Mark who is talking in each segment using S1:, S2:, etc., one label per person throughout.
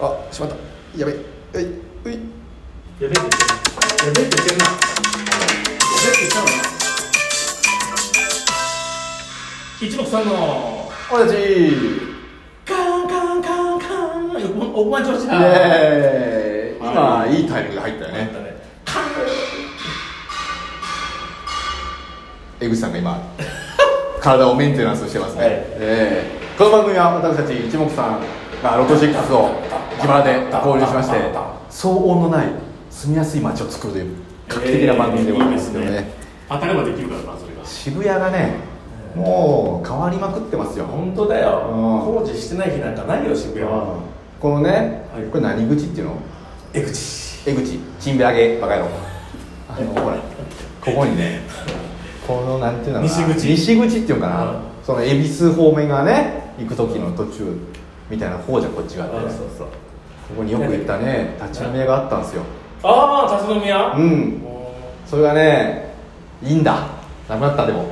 S1: あしまったやべえういうい
S2: やべえって言ってるやべえって言ってるなやべえって言ったのな一目散の
S1: おやじイ
S2: カンカンカンカン横横番調子だ
S1: エーイ今
S2: はい
S1: いタイミングで入ったよ
S2: あっ
S1: ね
S2: たね
S1: 江口さんが 今体をメンテナンスしてますね、
S2: はい
S1: ええこの番組は私たち一目さんがロトシックスを自腹で購入しまして騒音のない住みやすい街を作るという画期的な番組でございますけどね,、
S2: えーいいです当たればできるからなそれが
S1: 渋谷がねもう変わりまくってますよ
S2: 本当だよ
S1: うん
S2: 工事してない日なんかないよ渋谷は
S1: このね、
S2: はい
S1: これ何口っていうの
S2: 江口
S1: 江口ちんべあげバカ野郎あのほらここにねこのなんていうのかな
S2: 西口
S1: 西口っていうのかな、
S2: うん
S1: その恵比寿方面がね行く時の途中みたいな方じゃこっちがあって、
S2: そうそう
S1: ここによく行ったね立ち飲み屋があったんですよ
S2: ああ立ち飲み屋
S1: うん
S2: おー
S1: それがねいいんだなくなったでも、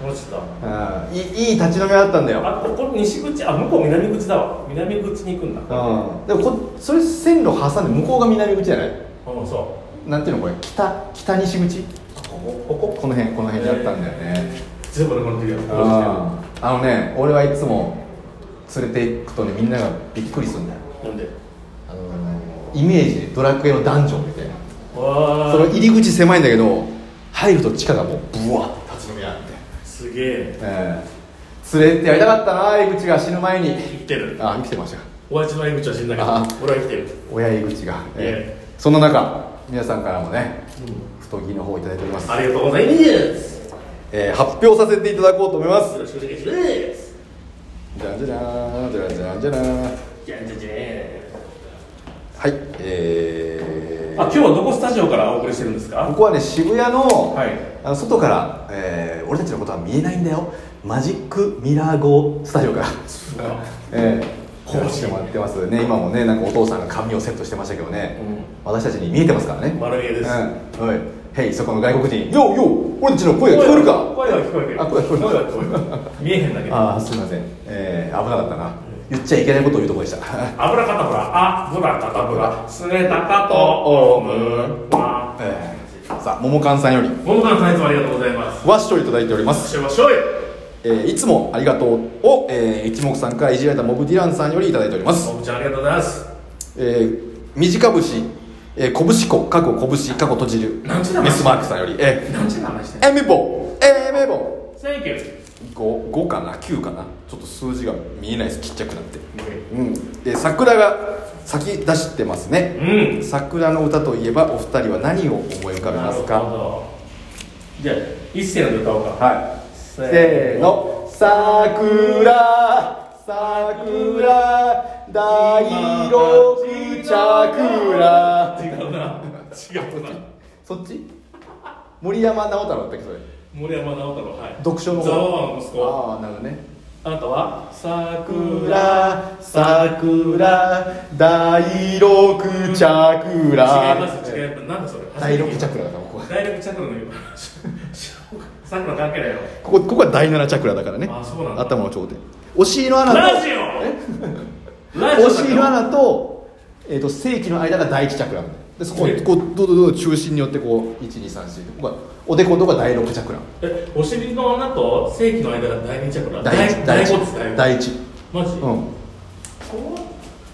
S2: 戻っちゃった
S1: うん、いいいい立ち飲み屋だったんだよ、
S2: あここ西口あ向こう南口だわ南口に行くんだ
S1: う
S2: あ
S1: ん、でもこそれ線路挟んで向こうが南口じゃない
S2: そうこ
S1: なんていうのこれ北北西口
S2: こここ
S1: この辺この辺にあったんだよね、
S2: 全部なくなってるやん
S1: あーあのね俺はいつも連れて行くとねみんながびっくりするんだよ
S2: なんで
S1: あのイメージでドラクエのダンジョンみたいな
S2: わ
S1: その
S2: あ
S1: 入り口狭いんだけど入ると地下がもうブワッて立ち飲み屋って、
S2: すげえ
S1: ええ連れてやりたかったな江口が死ぬ前に
S2: 生きてる
S1: あ生きてましたか
S2: おやじの江口は死んだけど
S1: あ
S2: 俺は生きてる
S1: 親江口が、え
S2: え
S1: えそんな中皆さんからもね太着の方いただいております、
S2: ありがとうございます
S1: ええ発表させていただこうと思います
S2: よろしくお願いします
S1: じゃんじゃじゃーんじゃらんじゃらんじゃらんはい
S2: じゃんじゃじゃ
S1: え
S2: ーん
S1: ー
S2: あ今日はどこスタジオからお送りしてるんです
S1: こ
S2: か
S1: こはね渋谷の,、
S2: はい
S1: あの外から、えー俺たちのことは見えないんだよマジックミラー号スタジオから、えー、こうしてもらってますね今もねなんかお父さんが髪をセットしてましたけどね、私たちに見えてますからね
S2: 丸見えです
S1: うん、おいヘイそこの外国人ようよう俺たちの声が聞こえるか
S2: 声は聞こえる
S1: あ声は聞こえる
S2: は聞こえる見えへんだけど
S1: ああすいません、えー危なかったな言っちゃいけないことを言うとこでした
S2: 油かたぶら、あぶらかたぶら、すねたかと、おむわ。
S1: えーさあ桃缶さんより
S2: ももかんさんいつもありがとうございます。
S1: わっしょいただいております
S2: しょいましょい。
S1: えーいつもありがとうを、えー一目さんからいじられたモブディランさんよりいただいております、
S2: ももちゃんありがとうございます。
S1: えー、短節、えー、拳子過去拳過去閉じる
S2: なんちゅう名前
S1: メスマークさんよりえ
S2: 何時の話してん
S1: ー、エミボエミボ
S2: の ?Thank you。
S1: 5, 5かな9かなちょっと数字が見えないですちっちゃくなってうんで桜が咲き出してます
S2: う
S1: ね、
S2: ん。
S1: 桜の歌といえばお二人は何を思い浮かべます
S2: なるほ
S1: か
S2: ど。じゃあ、一斉の歌おうか。
S1: はい
S2: せ
S1: せーの桜桜第六チャクラ
S2: 違うな。違うな。
S1: そっち森山直太朗だったっけそれ
S2: 森山直太朗、はい。
S1: 読書の
S2: ザワワの息子。
S1: ああなるほどね
S2: あなたは桜。
S1: 桜桜第六チャクラ
S2: 違います、違います。なんだそれ。
S1: 第六チャクラだからここは
S2: ダイレクトチャクラの言う話。桜関係ないよ。
S1: ここここは第七チャクラだからね
S2: あそうなんだ
S1: 頭の頂点お尻の穴と
S2: ラジオラジオ
S1: お尻の穴と,、えー、と正規の間が第一チャクラなんだよでそこ
S2: ええ
S1: こうどんどんどんどん中心によってこう1234ここがおでこのとこが第六チャクラ
S2: えお尻の穴と正規の間が第二チャクラ
S1: 第一第
S2: 第
S1: 一
S2: 五つだよ
S1: 第一
S2: マジ、
S1: う
S2: そうん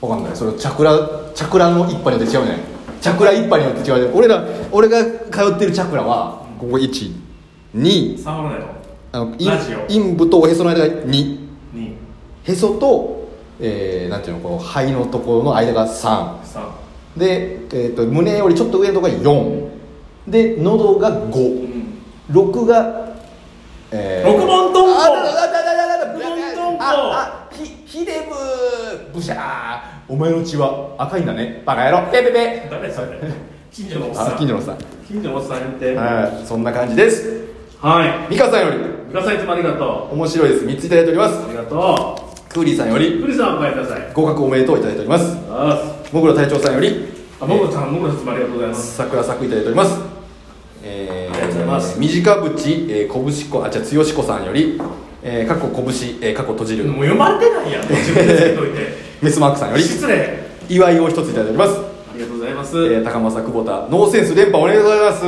S1: 分かんないそれチャクラチャクラの一派によって違うじゃないチャクラ一派によって違うじゃない俺ら俺が通ってるチャクラはここ12
S2: 触らないの
S1: あの
S2: ラジオ
S1: 陰陰部とおへその間が2
S2: 二
S1: へそと、えー、なんていうのこの肺のところの間が3
S2: 三
S1: で、えー、と胸よりちょっと上のところが4で喉が
S2: う
S1: 56
S2: ん
S1: が、え
S2: 六本トンボ
S1: あだだだだだだ
S2: 六本トンボ
S1: ああひひでぶブシャーお前の血は赤いんだねバカ野郎ペペペ
S2: 誰それ近所のおっさ
S1: あ
S2: ん
S1: 近所のさ
S2: 近所のおっさんやっては
S1: はいそんな感じです
S2: い
S1: 美香さんより
S2: 皆さんいつもありがと
S1: 面白いです3ついただいております
S2: うありがと
S1: クーリーさんよ
S2: う
S1: り
S2: クリスさんお帰りください
S1: 合格おめでとういただいております
S2: あ
S1: もぐろ隊長さんより
S2: あももちゃんももちゃんいつもありがとうございます
S1: 桜咲くいただいております。え
S2: ありがとうございます
S1: 短渕、えー、拳子、あ、じゃ、剛子さんより。えー、過去拳、えー、過去閉じる
S2: もう。読まれてないやん自分でつけといて
S1: メスマークさんより。
S2: 失礼
S1: 祝いを一ついただきます、
S2: ありがとうございます、
S1: えー、高政久保田ノーセンス連覇おめでとうございます、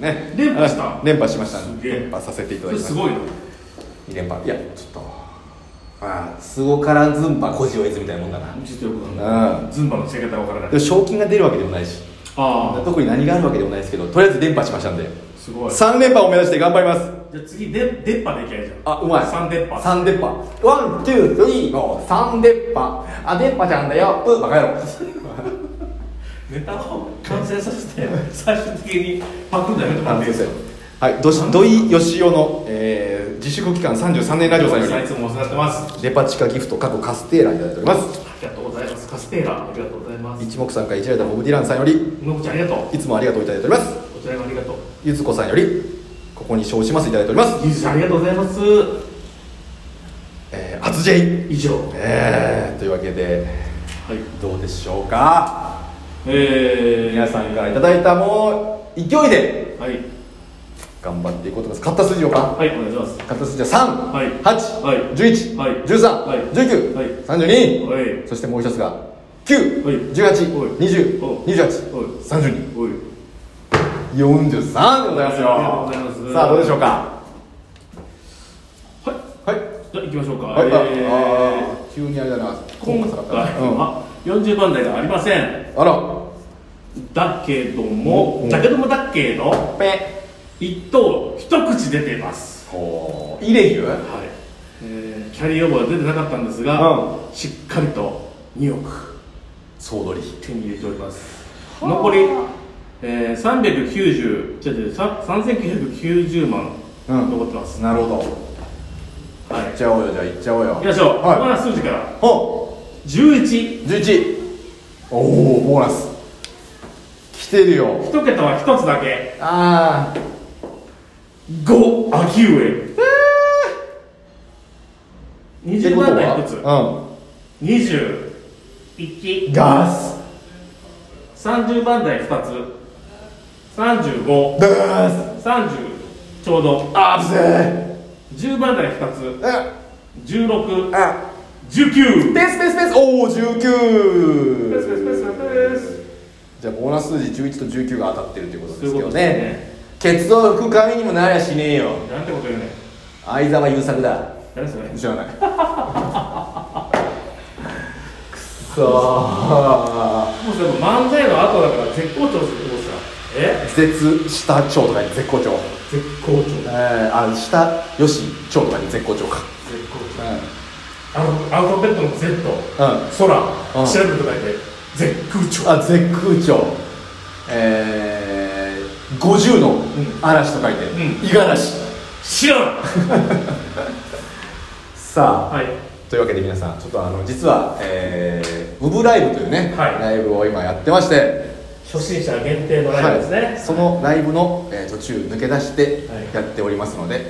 S1: ね、
S2: 連覇した
S1: 連覇しました
S2: すげえ
S1: 連覇させていた
S2: そ
S1: だきま
S2: れ
S1: した
S2: すごいな
S1: 二連覇いやちょっとまあ凄からずんばこじをえずみたいなもんだな
S2: ちょっとよくわかん
S1: う
S2: なんいズンバの仕方がわからない
S1: でも賞金が出るわけでもないし
S2: あ
S1: 特に何があるわけでもないですけどとりあえず連覇しましたんです
S2: ごいじゃ
S1: 3連覇を目指して頑張ります
S2: あ次で出っ歯できないじゃん
S1: あうまい
S2: 三出っ歯
S1: 三出っ歯ワンツースリーゴー三出っ歯あ出っ歯ちゃんだよプーバカ野郎
S2: ネタを完成させて最終的にパクんじゃなくて
S1: 先生はいどし土井義雄の、えー、自粛期間33年ラジオさんよ
S2: さんい
S1: り
S2: つもお世話になってます
S1: デパ地下ギフト過去カステーラいただいております
S2: ありがとうございますカステーラありがとうございます
S1: 一目散会一ライダーボブディランさんより
S2: のぶちゃんありがとう
S1: いつもありがとういただいております
S2: こちらもありがとう
S1: ゆずこさんよりここに称しますいただいております
S2: ゆずさんありがとうございます
S1: えー、厚 J
S2: 以上は
S1: えー、というわけで
S2: い
S1: どうでしょうか
S2: えー、
S1: 皆さんからいただいたもう勢いで
S2: はい
S1: 頑張っていこうと思います買った数字をか
S2: はいお願いします
S1: 買った数字は3、
S2: はい
S1: 8、
S2: はい
S1: 11、
S2: はい
S1: 13、
S2: はい
S1: 19、
S2: はい
S1: 32、
S2: はい
S1: そしてもう一つが
S2: はい
S1: 9、
S2: はい
S1: 18、20、
S2: はい
S1: 28、32、
S2: おい
S1: 43でございますよ
S2: ありがとうございます
S1: さあどうでしょうか
S2: はい
S1: はい
S2: じゃあ行きましょうか、
S1: はい、
S2: え
S1: あ
S2: ー
S1: あー急にあれだな
S2: 今回
S1: うん
S2: は40番台がありません
S1: あら
S2: だけども、
S1: うん
S2: だけどもだけど
S1: ペ
S2: 一等一口出てます
S1: ほイレギュ
S2: はい、えー、キャリーオーバー出てなかったんですが、
S1: う
S2: しっかりと2億
S1: 総取り
S2: 手に入れております残り、えー、390違う違うさ3990万
S1: うん
S2: 残ってます、
S1: なるほどい
S2: はい
S1: っちゃおうよじゃあいっちゃおうよ
S2: 行きましょう、
S1: はい
S2: ここから数字から
S1: ほ
S2: 11
S1: 11おおボーナス来てるよ
S2: 一桁は一つだけ
S1: ああ
S2: 5秋植え
S1: って
S2: 20
S1: こと
S2: 番台一つ
S1: はうん
S2: 2130
S1: ガス
S2: 番台二つ3530
S1: ガス
S2: ちょうど
S1: あぶせえ
S2: 10番台二つ
S1: あ
S2: 1619
S1: あペー
S2: ペ
S1: スペースペースおお19
S2: スペスペスペス
S1: じゃあボーナス数字11と19が当たってるということですけど
S2: そういう
S1: ねケツを拭く髪にもなりゃしねえよ
S2: なんてこと言うね
S1: 相沢優作だ
S2: 誰それ
S1: 知らないくそ
S2: もうそれ漫才の後だから絶好調するどうしたえ
S1: 絶下長とかに絶好調
S2: 絶好調
S1: え
S2: だ
S1: ー、あ下よし長とかに絶好調か
S2: 絶好調
S1: う
S2: あのアルファベットの Z
S1: ん、うん、う
S2: 空
S1: ん
S2: 調べて書いて絶空調
S1: あ絶空調えー、50の嵐と書いて
S2: う
S1: 五十嵐
S2: 知らん
S1: さあ、
S2: はい
S1: というわけで皆さんちょっとあの実は、えー、ウブライブというね、
S2: はい
S1: ライブを今やってまして
S2: 初心者限定のライブですね、
S1: はいそのライブの、えー途中抜け出して
S2: はい
S1: やっておりますので、
S2: はい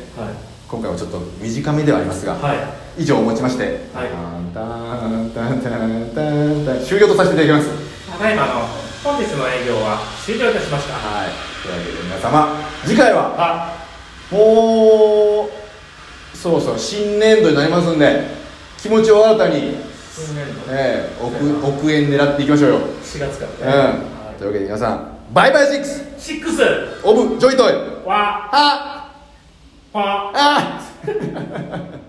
S1: 今回はちょっと短めではありますが、
S2: は
S1: 以上をもちまして、
S2: はい
S1: タンタンタンタンタンタン終了とさせていただきます
S2: い、ただいまの本日の営業は終了いたしました
S1: はいというわけで皆様次回は
S2: あ
S1: もうそうそう新年度になりますんで気持ちを新たに、
S2: 数年度
S1: えー億億円狙っていきましょうよ、
S2: 4月からね、
S1: うん、というわけで皆さんバイバイシックス
S2: シックス
S1: オブジョイトイ
S2: は
S1: あ
S2: は
S1: あ